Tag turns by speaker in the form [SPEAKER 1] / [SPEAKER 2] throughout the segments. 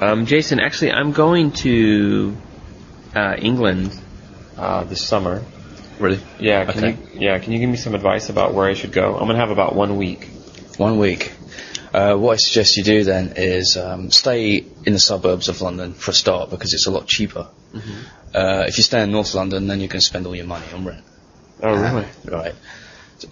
[SPEAKER 1] Um, Jason, actually, I'm going to uh, England.
[SPEAKER 2] uh, this summer.
[SPEAKER 1] Really?
[SPEAKER 2] Yeah, can
[SPEAKER 1] Okay.
[SPEAKER 2] you yeah, can you give me some advice about where I should go? I'm gonna have about one week.
[SPEAKER 3] One week. Uh, what I suggest you do then is um, stay in the suburbs of London for a start because it's a lot cheaper.
[SPEAKER 2] Mm-hmm.
[SPEAKER 3] Uh, if you stay in North London, then you can spend all your money on rent.
[SPEAKER 2] Oh really?
[SPEAKER 3] Right.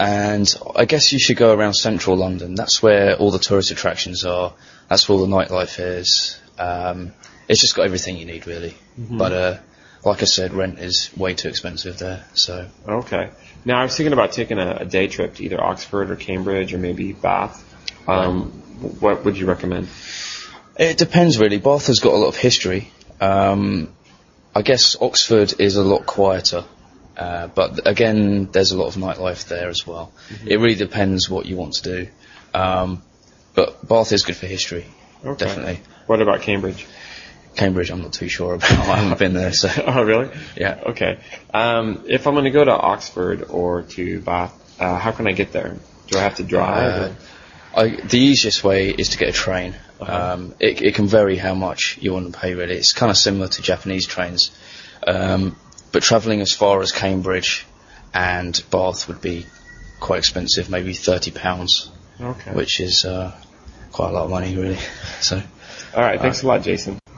[SPEAKER 3] And I guess you should go around central London. That's where all the tourist attractions are. That's where all the nightlife is. Um, it's just got everything you need, really.
[SPEAKER 2] Mm-hmm.
[SPEAKER 3] But uh, like I said, rent is way too expensive there. So
[SPEAKER 2] Okay. Now I was thinking about taking a, a day trip to either Oxford or Cambridge or maybe Bath. Um, What would you recommend?
[SPEAKER 3] it depends, really. Bath has got a lot of history. Um, I guess Oxford is a lot quieter. Uh, but again, there's a lot of nightlife there as well. It really depends what you want to do. Um, but Bath is good for history,
[SPEAKER 2] Okay.
[SPEAKER 3] definitely.
[SPEAKER 2] What about Cambridge?
[SPEAKER 3] Cambridge, I'm not too sure about. I haven't been there, so
[SPEAKER 2] Oh really?
[SPEAKER 3] yeah.
[SPEAKER 2] Okay. Um, if I'm gonna go to Oxford or to Bath, uh, how can I get there? Do I have to drive?
[SPEAKER 3] Uh, I, the easiest way is to get a train. Um, it, it can vary how much you want to pay, really. It's kind of similar to Japanese trains, um, but travelling as far as Cambridge and Bath would be quite expensive, maybe thirty pounds,
[SPEAKER 2] or? Okay.
[SPEAKER 3] which is uh, quite a lot of money, really. So.
[SPEAKER 2] All right. Thanks a lot, Jason.